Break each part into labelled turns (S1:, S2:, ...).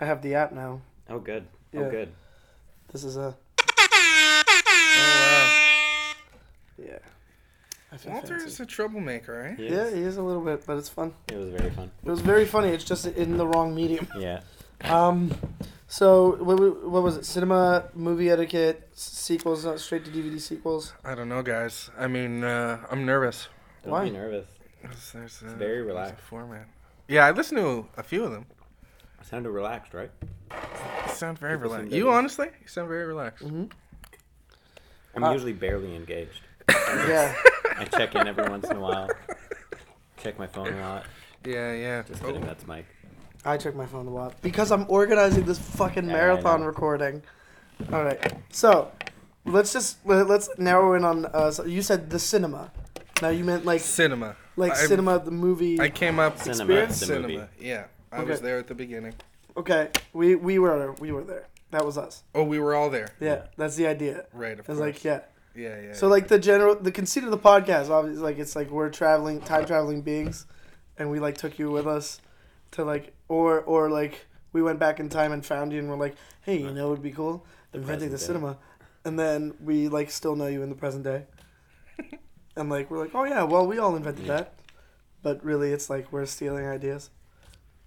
S1: I have the app now.
S2: Oh, good.
S1: Yeah.
S2: Oh, good.
S1: This is a.
S2: Oh,
S1: Yeah. I feel
S3: Walter
S1: fancy.
S3: is a troublemaker, right?
S2: Yes.
S1: Yeah, he is a little bit, but it's fun.
S2: It was very fun.
S1: It was very funny. It's just in the wrong medium.
S2: Yeah.
S1: Um, so what, wa- what was it? Cinema, movie etiquette, s- sequels, not straight to DVD sequels.
S3: I don't know, guys. I mean, uh, I'm nervous.
S2: Don't
S1: Why?
S2: be nervous.
S3: There's, there's a,
S2: very
S3: there's a
S2: relaxed.
S3: format. Yeah, I listened to a few of them.
S2: I sounded relaxed, right?
S3: You sound very
S2: People seem
S3: relaxed.
S2: to
S3: You
S2: be-
S3: honestly, you sound very relaxed.
S2: Mm-hmm. I'm
S1: Uh,
S2: usually barely engaged.
S1: Yeah.
S2: I check in every once in a while. Check my phone a lot.
S3: Yeah, yeah.
S2: Just
S3: Oh,
S2: kidding, that's Mike.
S1: I check my phone a lot because I'm organizing this fucking
S2: Yeah, I
S1: marathon
S2: know.
S1: recording. All right, so let's just let- let's narrow in on. Uh, so you said the cinema. Now you meant like
S3: cinema.
S1: like
S3: I-
S1: cinema, the movie.
S3: I came up
S2: Cinema,
S3: experience
S2: the
S3: cinema.
S2: movie.
S3: Yeah, I
S1: Okay.
S3: was there at the beginning.
S1: okay, we we were we were there. That was us.
S3: Oh, we were all there.
S1: Yeah,
S2: Yeah.
S1: that's the idea.
S3: Right, of
S1: It's
S3: course.
S1: like yeah.
S3: yeah, yeah.
S1: So like the general the conceit of the podcast obviously like it's like we're traveling time traveling beings and we like took you with us to like or or like we went back in time and found you and we're like, hey, you know it would be cool?
S2: The
S1: Inventing the
S2: present day.
S1: cinema. And then we like still know you in the present day. and like we're like, Oh yeah, well we all invented
S2: Yeah.
S1: that. But really it's like we're stealing ideas.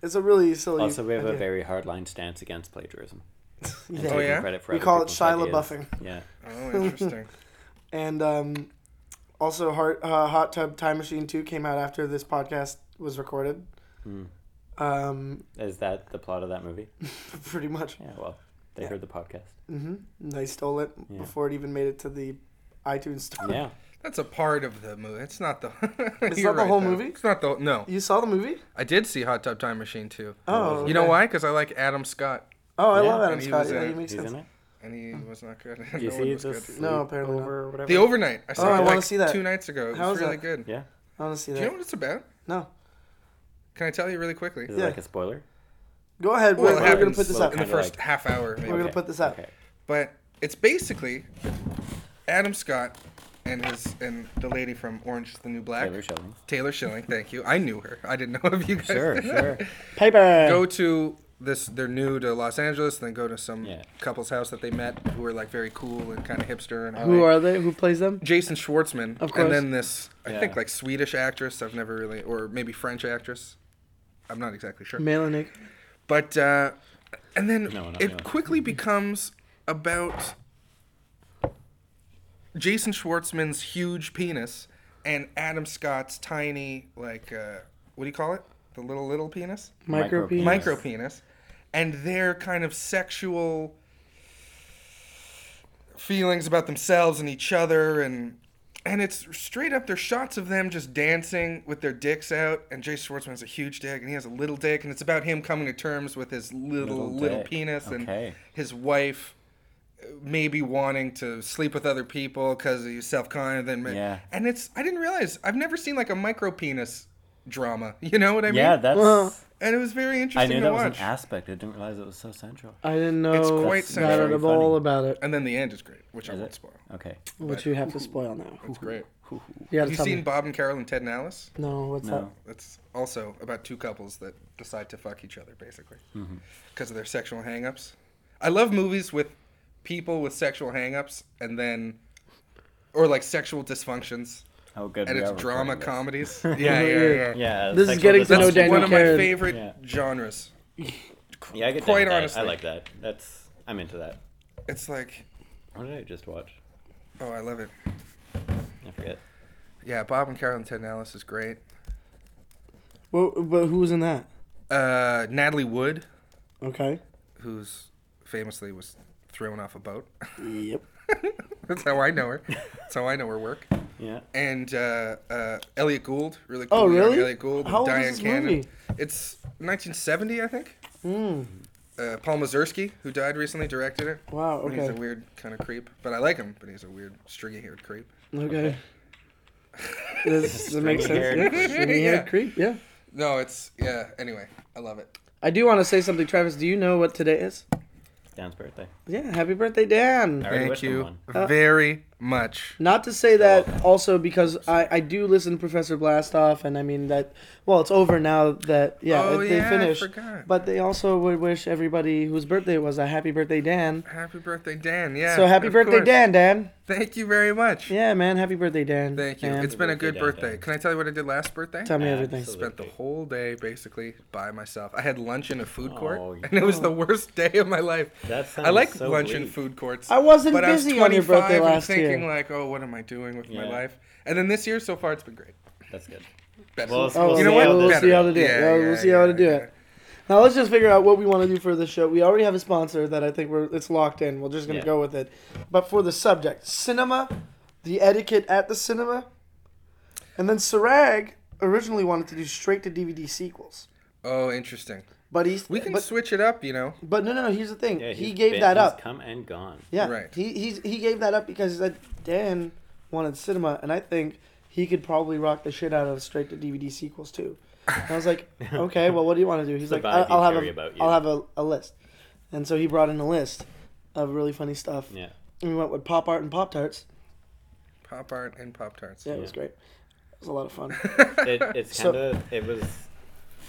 S1: It's a really silly
S2: Also, we have a
S1: idea.
S2: very hard line stance against plagiarism. and
S1: Yeah.
S3: Oh,
S2: taking
S3: yeah?
S2: Credit for
S1: We
S2: other
S1: call it
S2: people's
S1: Shia
S2: ideas.
S1: LaBeoufing.
S2: Yeah.
S3: oh, interesting.
S1: And um, also, Heart, uh, Hot Tub Time Machine 2 came out after this podcast was recorded.
S2: Hmm.
S1: Um,
S2: Is that the plot of that movie?
S1: pretty much.
S2: Yeah, well, they
S1: Yeah.
S2: heard the podcast.
S1: hmm They stole it
S2: Yeah.
S1: before it even made it to the iTunes store.
S2: Yeah.
S3: That's a part of the movie. It's not the.
S1: It's
S3: You're
S1: not the whole
S3: though.
S1: movie?
S3: It's not the no.
S1: You saw the movie?
S3: I did see Hot Tub Time Machine too.
S1: Oh,
S3: You know
S1: okay.
S3: why? Because I like Adam Scott,
S1: Oh, I
S2: Yeah,
S1: love Adam
S3: and he
S1: Scott.
S3: was
S1: Yeah,
S3: in
S1: he
S3: it.
S1: makes
S2: He's
S1: sense.
S2: in it.
S3: and he was not good.
S2: Do you
S3: No one
S2: see
S3: was
S2: this?
S3: good.
S1: No, apparently not.
S2: over or whatever.
S3: The overnight. I saw
S1: Oh, I
S3: it
S1: wanna
S3: like
S1: see that.
S3: two nights ago. It was
S1: How is
S3: really
S1: that?
S3: good.
S2: yeah.
S1: I want to see
S3: Do you know
S1: that.
S3: what it's about?
S1: No.
S3: Can I tell you really quickly?
S2: Is
S1: Yeah.
S2: it like a spoiler?
S1: Go ahead.
S3: Well,
S1: We're, we're
S3: it
S1: going to
S3: happens
S1: put this
S2: slow
S1: up.
S3: in the
S2: Kinda
S3: first
S2: like-
S3: half hour, maybe.
S1: We're gonna put this out.
S2: Okay.
S3: But it's basically Adam Scott and his and the lady from Orange is the New Black,
S2: Taylor Shelling.
S3: Taylor Schilling. Thank you. I knew her. I didn't know if you guys.
S2: Sure, sure. Paper.
S3: go to this. They're new to Los Angeles. Then go to some
S2: Yeah.
S3: couple's house that they met, who are like very cool and kind of hipster and.
S1: Who
S3: high.
S1: are they? Who plays them?
S3: Jason Schwartzman,
S1: Of course.
S3: and then this I
S2: Yeah.
S3: think like Swedish actress. I've never really, or maybe French actress. I'm not exactly sure.
S1: Malin Nick.
S3: But uh, and then
S2: No, not
S3: it
S2: really.
S3: quickly becomes about Jason Schwartzman's huge penis and Adam Scott's tiny, like uh, what do you call it? The little little penis,
S1: Micro
S2: Micro
S1: penis.
S2: penis.
S3: micro penis, and their kind of sexual feelings about themselves and each other and. And it's straight up. There's shots of them just dancing with their dicks out, and Jason Schwartzman has a huge dick, and he has a little dick, and it's about him coming to terms with his little little,
S2: Little dick.
S3: penis and
S2: Okay.
S3: his wife uh, maybe wanting to sleep with other people because he's self-conscious and
S2: Yeah.
S3: and it's i didn't realize i've never seen like a micro penis drama you know what i
S2: Yeah,
S3: mean
S2: that's.
S1: Well,
S3: and it was very
S2: I
S3: interesting
S2: knew
S3: to
S2: that was an
S3: watch
S2: aspect. I didn't realize it was so central.
S1: I didn't know
S3: It's quite
S1: that at
S3: sensual.
S1: all about it.
S3: and then the end is great which i
S2: Is
S3: won't
S2: it?
S3: spoil
S2: Okay.
S1: What you have to spoil now.
S3: it's great
S1: You got
S3: have
S1: to
S3: you
S1: tell
S3: seen
S1: me.
S3: bob and carol and ted and alice
S1: No, what's
S2: No.
S1: that?
S3: it's also about two couples that decide to fuck each other basically because
S2: Mm-hmm.
S3: of their sexual hangups i love movies with people with sexual hangups and then or like sexual dysfunctions
S2: Oh, good.
S3: and
S2: we
S3: it's
S2: are
S3: drama
S2: recording
S3: comedies. yeah, yeah, yeah.
S2: this. Yeah.
S1: This is
S2: sexual
S1: getting to
S3: That's
S1: know
S2: dysfunction.
S1: Daniel
S3: one of my
S1: Karen.
S3: favorite
S2: Yeah.
S3: genres.
S2: Yeah, I get
S3: Quite
S2: down with that.
S3: honestly.
S2: I like that. That's. I'm into that.
S3: It's like,
S2: What did I just watch?
S3: oh, I love it.
S2: I forget.
S3: Yeah, Bob and Carol and Ted and Alice is great.
S1: Well, but who was in that?
S3: Uh, Natalie Wood,
S1: Okay.
S3: who's famously was thrown off a boat.
S1: Yep.
S3: That's how I know her. That's how I know her work.
S2: Yeah.
S3: And uh, uh, Elliot Gould, really cool.
S1: Oh,
S3: young
S1: really?
S3: Elliot Gould,
S1: How old is
S3: Diane
S1: this
S3: Cannon.
S1: movie?
S3: It's 1970, I think.
S1: Mm.
S3: Uh, Paul Mazursky, who died recently, directed it.
S1: Wow.
S3: And He's a
S1: Okay.
S3: weird kind of creep, but I like him. But he's a weird, stringy-haired creep.
S1: Okay. This, that makes sense.
S2: Stringy-haired
S1: Yeah.
S2: creep.
S1: Stringy-haired
S3: Yeah.
S1: creep. Yeah.
S3: No, it's yeah. Anyway, I love it.
S1: I do want to say something, Travis. Do you know what today is?
S2: Dan's birthday.
S1: Yeah. Happy birthday, Dan. Uh,
S2: I already wished him one.
S3: very much.
S1: Not to say that also because I, I do listen to Professor Blastoff, and I mean that. Well, it's over now that yeah
S3: Oh,
S1: it- they
S3: yeah, I
S1: finished.
S3: forgot.
S1: But they also would wish everybody whose birthday it was a happy birthday, Dan.
S3: Happy birthday, Dan. Yeah.
S1: so happy
S3: of
S1: birthday,
S3: course.
S1: Dan, Dan.
S3: Thank you very much.
S1: Yeah, man, happy birthday, Dan.
S3: Thank you.
S1: Dan.
S3: It's been a good
S2: birthday, Dan.
S3: birthday. Can I tell you what I did last birthday?
S1: Tell me everything.
S3: Spent the
S2: Absolutely.
S3: whole day basically by myself. I had lunch in a food court,
S2: Oh,
S3: and it was the worst day of my life.
S2: That
S3: I
S2: sounds
S3: like
S2: so
S3: lunch in
S2: bleak.
S3: food courts.
S1: I wasn't
S3: but
S1: busy
S3: I was
S1: on your birthday
S3: 25 and
S1: last
S3: thinking
S1: year.
S3: like, oh, what am I doing with my
S2: Yeah.
S3: life? And then this year so far, it's been great.
S2: That's good.
S3: Better.
S2: Well, it's-
S1: Oh,
S2: We'll
S1: you
S2: see
S1: know
S2: how
S1: what?
S2: this
S1: We'll see how to
S2: goes.
S1: do it.
S3: Yeah,
S1: Yeah,
S3: yeah,
S1: we'll see how to
S3: yeah,
S1: do
S3: yeah.
S1: it. Now let's just figure out what we want to do for the show. We already have a sponsor that I think we're it's locked in. We're just gonna
S2: Yeah.
S1: go with it. But for the subject, cinema, the etiquette at the cinema, and then Sarag originally wanted to do straight to DVD sequels,
S3: Oh, interesting.
S1: but he's
S3: We can
S1: but,
S3: switch it up, you know.
S1: but no no no. Here's the thing.
S2: Yeah,
S1: he
S2: he's
S1: gave
S2: been-
S1: that
S2: he's
S1: up.
S2: Come and gone.
S1: Yeah,
S3: Right.
S1: He he's, he gave that up because that Dan wanted cinema, and I think he could probably rock the shit out of straight to DVD sequels too. And I was like, okay, well, what do you want to do? He's
S2: The
S1: like,
S2: vibe
S1: I-
S2: you
S1: I'll have
S2: carry
S1: a,
S2: about you.
S1: I'll have a, a list, and so he brought in a list of really funny stuff.
S2: Yeah.
S1: And we went with pop art and pop tarts.
S3: Pop art and Pop Tarts.
S1: Yeah, it was
S2: Yeah.
S1: great. It was a lot of fun.
S2: It, it's
S1: So-
S2: kind of it was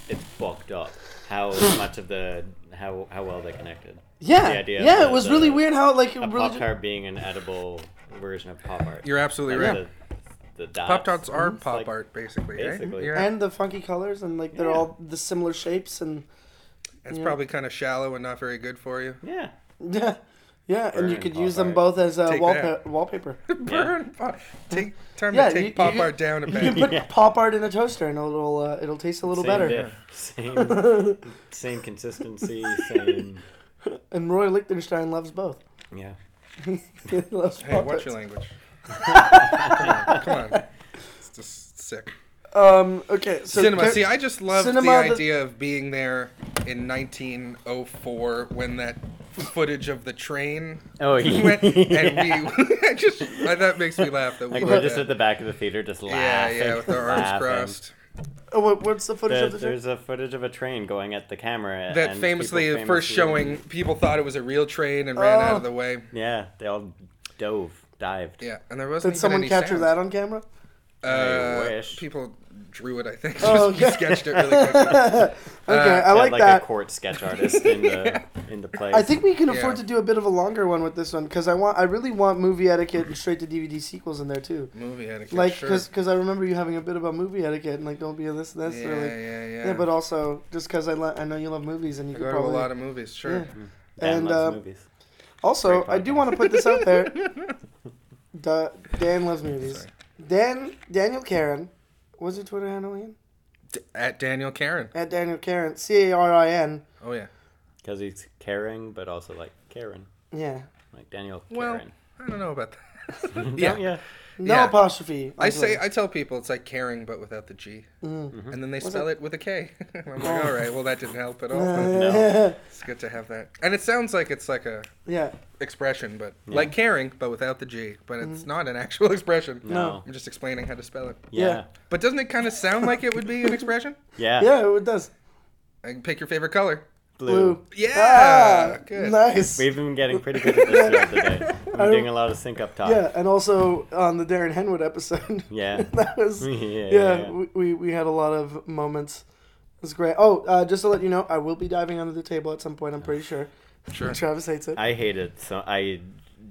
S2: it's bulked up how much of the how how well they connected. The
S1: Yeah,
S2: idea of
S1: yeah, it
S2: the-
S1: was really
S2: the-
S1: weird how like it
S2: A
S1: really.
S2: pop tart being an edible version of pop art.
S3: You're absolutely
S2: And
S3: right.
S2: The, the dots.
S3: Pop Tarts are
S2: It's
S3: Pop
S2: like-
S3: Art, basically. right?
S2: basically.
S3: Yeah.
S1: and the funky colors and like they're
S2: Yeah.
S1: all the similar shapes and
S3: It's probably kind of shallow and not very good for you.
S2: Yeah.
S1: yeah, yeah, and you
S2: Burn
S1: could
S2: Pop
S1: use them
S2: Art.
S1: both as uh,
S3: Take
S1: wallpa-
S3: that.
S1: wallpaper.
S3: Burn pop. Take time
S1: Yeah,
S3: to
S1: you-
S3: take Pop
S1: you-
S3: Art down a
S1: You can
S3: bit.
S1: put pop art in a toaster and it'll uh, it'll taste a little
S2: Same
S1: better.
S2: diff, Same same consistency, same
S1: And Roy Lichtenstein loves both.
S2: yeah.
S1: He loves
S3: Hey,
S1: Pop
S3: watch
S1: Tarts.
S3: your language. come on, come on. It's just sick.
S1: Um. Okay. So
S3: cinema.
S1: there-
S3: See, I just love the
S1: cinema, the-
S3: idea of being there in 1904 when that footage of the train
S2: Oh yeah.
S3: went, and we. I just I, that makes me laugh. That we
S2: like
S3: did
S2: we're just
S3: that.
S2: at the back of the theater just
S3: yeah,
S2: laughing.
S3: yeah, with our arms
S2: laughing.
S3: crossed.
S1: oh, what, what's the footage
S2: There-
S1: of the show?
S2: there's a footage of a train going at the camera.
S3: That
S2: and
S3: famously,
S2: people
S3: at first
S2: famously-
S3: showing, people thought it was a real train and ran out
S1: Oh.
S3: of the way.
S2: Yeah, they all dove, dived.
S3: Yeah, and there wasn't.
S1: Did someone capture that on camera?
S3: that?
S2: I
S3: Uh,
S2: wish.
S3: People drew it. I think.
S1: Oh,
S3: Just- we
S1: okay.
S3: sketched it really Uh, quickly.
S1: Okay, I
S2: They had,
S1: like,
S2: like
S1: that.
S2: a court sketch artist in the in the place.
S1: I think we can afford to
S3: Yeah.
S1: do a bit of a longer one with this one because I want I really want movie etiquette and straight to DVD sequels in there too.
S3: Movie etiquette.
S1: Like
S3: sure.
S1: because I remember you having a bit about movie etiquette and like don't be a this and this
S3: yeah,
S1: or like
S3: yeah, yeah.
S1: yeah. but also just because I lo- I know you love movies and you
S3: I
S1: could
S3: go to
S1: probably
S3: a lot of movies. Sure.
S1: yeah.
S2: Dan
S1: and,
S2: loves
S1: uh,
S2: movies.
S1: Also,
S2: Great
S1: I do
S2: podcast.
S1: want to put this out there. Da- Dan loves movies.
S3: Sorry.
S1: Dan Daniel Karen, what's your Twitter handle again?
S3: D- at Daniel Karen.
S1: At Daniel Karen, C A R I N.
S3: Oh yeah.
S2: because he's caring, but also like Karen,
S1: Yeah,
S2: like Daniel
S3: Well,
S2: Karen.
S3: I don't know about that.
S2: yeah,
S3: yeah.
S2: yeah.
S1: no
S3: Yeah.
S1: apostrophe. on
S3: I say
S1: Twitter.
S3: I tell people it's like caring but without the G,
S1: Mm-hmm.
S3: and then they spell it? with a K. I'm
S1: Oh.
S3: like, all right, well that didn't help at all.
S2: No.
S3: It's good to have that, and it sounds like it's like a
S1: yeah,
S3: expression, but like caring but without the G, but
S1: Mm-hmm.
S3: it's not an actual expression.
S2: No.
S3: I'm just explaining how to spell it.
S2: yeah,
S3: But doesn't it kind of sound like it would be an expression?
S2: yeah,
S1: yeah, it does.
S3: And pick your favorite color.
S2: Blue.
S1: Blue.
S3: Yeah,
S1: ah,
S3: good.
S1: nice.
S2: We've been getting pretty good at this throughout the day. We've
S1: I
S2: been doing a lot of sync up talk.
S1: Yeah, and also on the Darren Henwood episode.
S2: Yeah.
S1: that was.
S2: Yeah,
S1: Yeah,
S2: yeah, yeah.
S1: We, we, we had a lot of moments. It was great. Oh, uh, just to let you know, I will be diving under the table at some point, I'm pretty sure.
S3: Sure.
S1: Travis hates it.
S2: I hate it so. I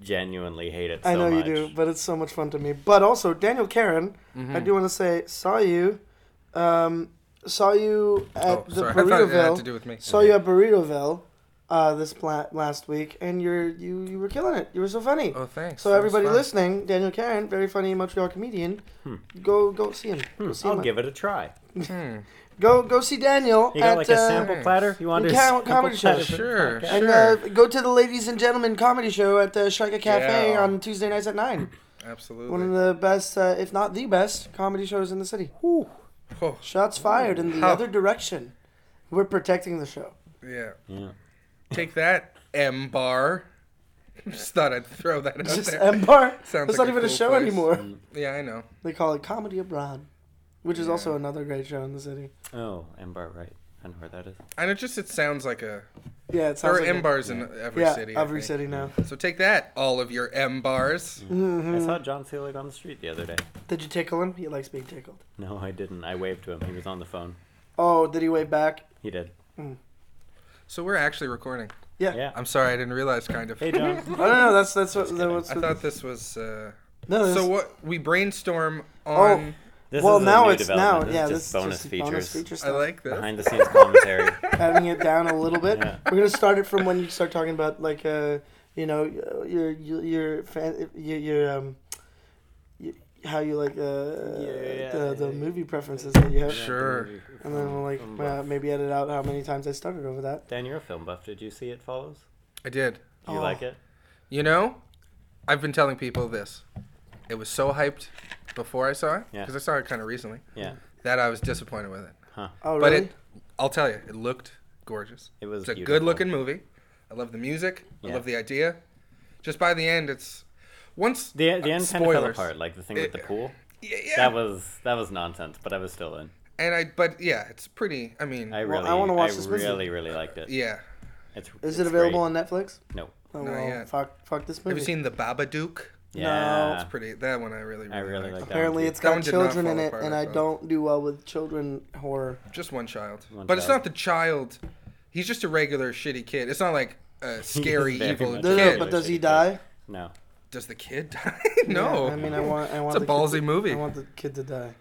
S2: genuinely hate it. So
S1: I know
S2: much.
S1: you do, but it's so much fun to me. But also, Daniel Karen, I
S3: Mm-hmm.
S1: do want to say, saw you, um, saw you at
S3: Oh,
S1: the
S3: sorry. I thought it had
S1: Burritoville.
S3: to do with me.
S1: saw you at Burritoville uh, this pla- last week, and you're you you were killing it. You were so funny.
S3: Oh, thanks.
S1: so
S3: That was
S1: everybody
S3: fun. Hmm.
S1: listening, Daniel Karen, very funny Montreal comedian. Go go see him. Go see
S2: Hmm, I'll
S1: him.
S2: give it a try.
S3: Hmm.
S1: Go go see Daniel
S2: You
S1: at
S2: got like a
S1: uh,
S2: sample platter? You want to
S1: com- comedy show.
S3: Sure, sure.
S1: and uh, go to the ladies and gentlemen comedy show at the Shaka Cafe
S3: Yeah.
S1: on Tuesday nights at nine.
S3: Absolutely.
S1: One of the best, uh, if not the best, comedy shows in the city.
S3: Oh,
S1: Shots fired in the
S3: Huh.
S1: other direction. We're protecting the show.
S3: yeah.
S2: Yeah.
S3: Take that, M bar. Just thought I'd throw that out
S1: Just
S3: there.
S1: M Bar. It's
S3: Sounds
S1: not
S3: like a
S1: even a
S3: cool
S1: show
S3: place.
S1: anymore.
S3: yeah, I know.
S1: They call it Comedy Abroad, which is also another great show in the city.
S2: Oh, Ember, right. I know where that is.
S3: And it just it sounds like a
S1: Yeah, it
S3: there
S1: sounds
S3: are
S1: like
S3: M
S1: a-
S3: bars in every
S1: yeah,
S3: city. I
S1: every
S3: think.
S1: city now. Mm-hmm.
S3: So take that, all of your M bars.
S2: I
S1: Mm.
S2: saw John Selig on the street the other day.
S1: Did you tickle him? He likes being tickled.
S2: No, I didn't. I waved to him. He was on the phone.
S1: Oh, did he wave back?
S2: He did.
S3: So we're actually recording.
S1: Yeah.
S2: Yeah.
S3: I'm sorry, I didn't realize. Kind of.
S2: Hey, John.
S1: I don't know. That's that's what that was.
S3: I thought this was. Uh...
S1: no, this, Oh,
S3: So what we brainstorm on.
S2: This
S1: well
S2: is a
S1: now
S2: new
S1: it's now
S2: development.
S1: yeah
S2: This
S1: this
S2: is just bonus
S1: is just
S2: features.
S1: bonus feature
S3: I
S1: stuff.
S3: like this.
S2: Behind the scenes commentary.
S1: having it down a little bit.
S2: Yeah.
S1: We're gonna start it from when you start talking about like uh, you know your your your fan, your, your um y how you like uh,
S2: Yeah,
S1: the the
S2: yeah.
S1: movie preferences that you have,
S3: Sure.
S1: and then we'll like
S2: Film
S1: uh,
S2: buff.
S1: maybe edit out how many times I started over that.
S2: Dan, you're a film buff. Did you see It Follows?
S3: I did.
S2: Do you
S1: Oh.
S2: like it?
S3: You know, I've been telling people this. It was so hyped before I saw it
S2: Yeah.
S3: because I saw it kind of recently
S2: Yeah.
S3: that I was disappointed with it.
S1: Oh
S3: But
S1: really?
S3: it, I'll tell you, it looked gorgeous.
S2: It was
S3: It's a
S2: beautiful.
S3: good-looking movie. I love the music. I
S2: Yeah.
S3: love the idea. Just by the end, it's once
S2: The, the
S3: uh,
S2: end kind of fell
S3: spoilers.
S2: apart, like the thing with the
S3: It-
S2: pool.
S3: Yeah, yeah.
S2: That was that was nonsense, but I was still in.
S3: and I, but yeah, it's pretty. I mean,
S2: I
S1: Well, I
S2: really,
S1: wanna watch
S2: I
S1: this movie.
S2: really, really liked it.
S3: yeah.
S2: It's,
S1: Is it
S2: it's
S1: available
S2: great.
S1: on Netflix?
S2: No.
S1: Oh
S3: Not
S1: well,
S3: yet.
S1: fuck fuck this
S3: Have
S1: movie.
S3: you seen the Babadook?
S2: Yeah.
S1: It's
S3: It's pretty. That one I really, really,
S2: I really
S3: liked.
S2: like that.
S1: Apparently,
S2: one,
S1: it's
S3: That
S1: got
S3: one did not
S1: children in
S3: fall
S1: it,
S3: apart,
S1: and
S3: I
S1: I
S3: thought.
S1: don't do well with children horror.
S3: Just one child.
S2: One
S3: but it's
S2: child.
S3: not the child. He's just a regular shitty kid. It's not like a scary
S2: very
S3: evil
S2: much
S1: No,
S3: kid.
S1: no,
S2: Kid.
S1: but does he
S2: Kid.
S1: die?
S2: dude. No.
S3: Does the kid die? no.
S1: Yeah, I mean, I want I want
S3: a
S1: the kid
S3: ballsy
S1: to-
S3: movie.
S1: I want the kid to die.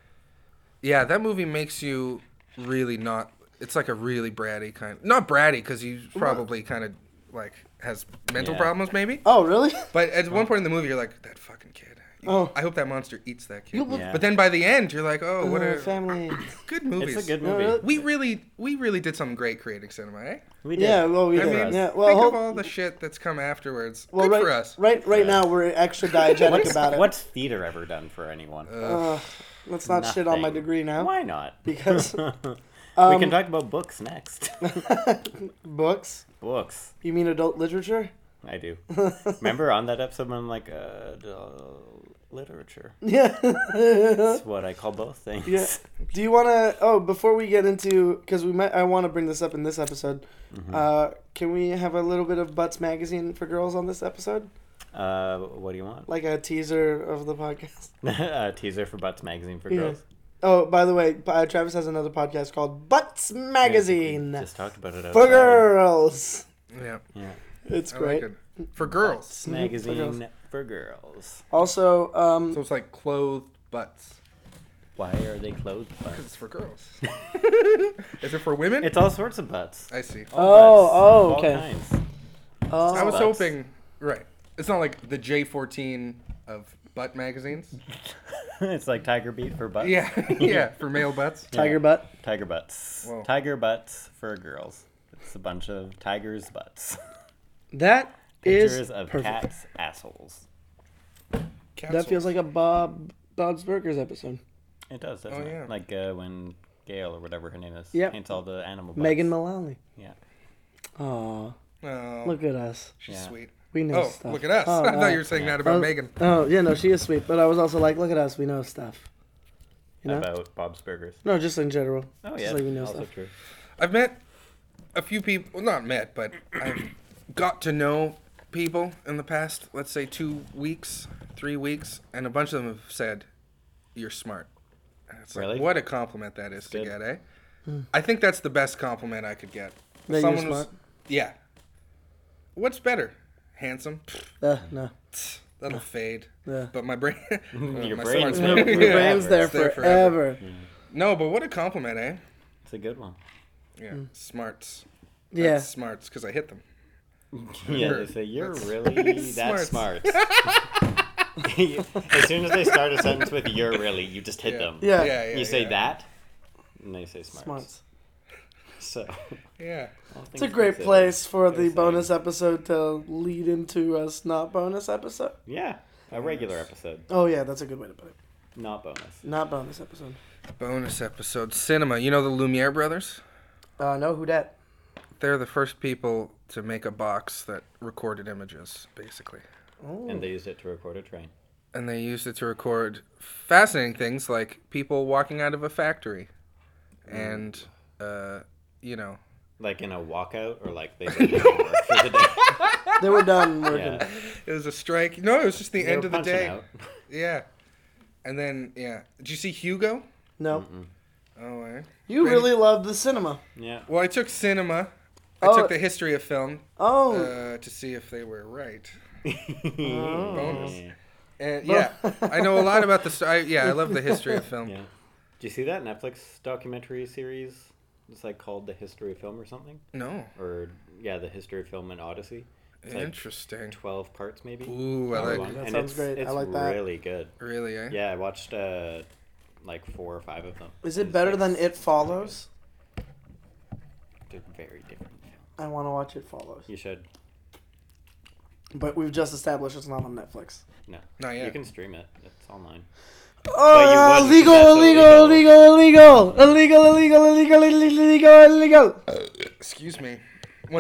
S3: yeah, that movie makes you really not. It's like a really bratty kind. Not bratty because he probably kind of like has mental
S2: Yeah.
S3: problems maybe.
S1: Oh really?
S3: But at one point in the movie, you're like, that fucking kid.
S1: Oh.
S3: I hope that monster eats that kid.
S1: You look-
S2: Yeah.
S3: But then by the end, you're like, oh, what
S1: Uh,
S3: a
S1: family.
S3: good movie.
S2: It's a good
S1: No,
S2: movie.
S1: really-
S3: We really, we really did something great creating cinema, eh?
S2: We did.
S1: Yeah, well, we
S3: I
S2: Good for
S1: did.
S2: us.
S3: mean,
S1: Yeah, well,
S3: think
S1: hope,
S3: of all the shit that's come afterwards.
S1: well,
S3: good
S1: right,
S3: for us.
S1: right, right now we're extra diegetic
S2: What's,
S1: about it.
S2: what's theater ever done for anyone?
S1: Uh, let's not shit on my
S2: Nothing.
S1: degree now
S2: Why not?
S1: because um,
S2: we can talk about books next.
S1: books.
S2: books.
S1: You mean adult literature?
S2: I do. Remember on that episode when I'm like, uh, d- literature.
S1: Yeah.
S2: That's what I call both things.
S1: yeah. Do you want to? Oh, before we get into, because we might, I want to bring this up in this episode. Uh, can we have a little bit of Butts magazine for girls on this episode,
S2: Uh, what do you want?
S1: like a teaser of the podcast?
S2: a teaser for Butts Magazine for
S1: Yeah.
S2: girls.
S1: Oh, by the way, uh, Travis has another podcast called Butts Magazine
S2: Just uh, talked about it.
S1: for
S2: outside.
S1: girls.
S3: Yeah,
S2: Yeah.
S1: It's
S3: I
S1: great.
S3: like it. For girls,
S2: Butts
S1: Mm-hmm.
S2: Magazine for girls.
S1: Also, um,
S3: so it's like clothed butts.
S2: Why are they clothed
S3: It's
S2: butts?
S3: for girls. Is it for women?
S2: It's all sorts of butts.
S3: I see.
S1: Oh,
S2: Butts.
S1: oh,
S2: All
S1: okay.
S2: kinds.
S1: oh,
S3: I was
S2: butts.
S3: hoping. Right. It's not like the J14 of butt magazines.
S2: it's like Tiger Beat for butts.
S3: Yeah, yeah, for male butts.
S1: Tiger Butt.
S2: Tiger butts.
S3: Whoa.
S2: Tiger butts for girls. It's a bunch of tigers' butts.
S1: That is
S2: Pictures of
S1: perfect.
S2: cats' assholes.
S1: That feels like a Bob Bob's Burgers episode.
S2: It does, doesn't
S3: Oh,
S2: it?
S3: yeah.
S2: Like uh, when Gail or whatever her name is
S1: Yep.
S2: paints all the animal butts.
S1: Megan Mullally.
S2: Yeah.
S1: Oh,
S3: Oh,
S1: look at us.
S3: she's
S2: Yeah.
S3: sweet.
S1: We know
S3: Oh,
S1: stuff.
S3: look at us.
S1: Oh,
S3: I thought
S1: oh.
S3: you were saying that about
S1: Oh,
S3: Megan.
S1: Oh, yeah, no, she is sweet, but I was also like, look at us. We know stuff. You know?
S2: About Bob's Burgers.
S1: No, just in general.
S2: Oh
S1: Just
S2: yeah,
S1: like we know
S2: also
S1: stuff.
S2: true.
S3: I've met a few people, well, not met, but I've got to know people in the past, let's say two weeks, three weeks, and a bunch of them have said, You're smart. And it's like,
S2: Really?
S3: what a compliment that is to
S2: good.
S3: get, eh? I think that's the best compliment I could get.
S1: Hmm. That you're
S3: was-
S1: smart?
S3: yeah. What's better? Handsome?
S1: Uh, no.
S3: Pfft, That'll fade.
S1: Yeah.
S3: But my brain.
S2: Your
S3: my
S2: brain's
S3: stomach's-
S1: Your
S2: Yeah,
S1: your brain's
S3: it's
S1: there forever.
S2: Mm.
S3: No, but what a compliment, eh?
S2: It's a good one.
S3: Yeah. Smarts.
S1: Hmm. Yeah.
S3: That's smarts, because I hit them.
S2: Yeah, they say you're really that smart.
S3: Smart.
S2: as soon as they start a sentence with "you're really," you just hit
S3: Yeah.
S2: them.
S1: Yeah.
S3: Yeah, yeah.
S2: you say
S3: yeah.
S2: that, and they say smart.
S1: Smarts.
S2: So
S3: Yeah.
S1: It's a great
S2: place.
S1: place for the
S2: There's a-
S1: bonus episode to lead into us not bonus episode.
S2: Yeah, a regular episode,
S1: Oh yeah, that's a good way to put it.
S2: not bonus.
S1: Not bonus episode.
S3: Bonus episode cinema. You know the Lumiere brothers?
S1: Uh, no, who dat?
S3: They're the first people to make a box that recorded images, basically.
S2: And they used it to record a train.
S3: And they used it to record
S2: Mm.
S3: fascinating things like people walking out of a factory and uh, you know,
S2: Like in a walkout, or like they didn't go to work for the day.
S1: They were done working.
S2: Yeah.
S3: it was a strike. No, it was just the
S2: They
S3: end
S2: were
S3: of the
S2: punching
S3: day.
S2: out.
S3: Yeah. And then yeah, did you see Hugo?
S1: No,
S3: Oh, eh.
S1: you
S3: Ready?
S1: really love the cinema.
S2: Yeah.
S3: well, I took cinema. I
S1: Oh.
S3: took the history of film
S1: Oh,
S3: uh, to see if they were right. Oh.
S2: Yeah.
S3: And yeah, I know a lot about the. I, yeah, I love the history of film.
S2: Yeah. Do you see that Netflix documentary series? It's like called The History of Film or something?
S3: No,
S2: Or, yeah, The History of Film and Odyssey. It's like
S3: interesting.
S2: 12 parts, maybe?
S3: Ooh, I
S2: Hour
S3: like
S2: long.
S1: That
S2: And
S1: sounds
S2: it's-
S1: great. I
S2: It's
S1: like that.
S2: really good.
S3: really. Eh?
S2: Yeah, I watched uh, like four or five of them.
S1: is
S2: And
S1: it
S2: it's,
S1: better
S2: like,
S1: than It Follows?
S2: They're very different. films.
S1: I want to watch It Follows,
S2: You should.
S1: but we've just established it's not on Netflix.
S2: No.
S3: Not yet.
S2: You can stream it. It's online.
S1: Oh,
S2: wouldn't,
S1: illegal,
S2: that's
S1: illegal, illegal, illegal, illegal, illegal, illegal, illegal, illegal.
S3: Excuse me.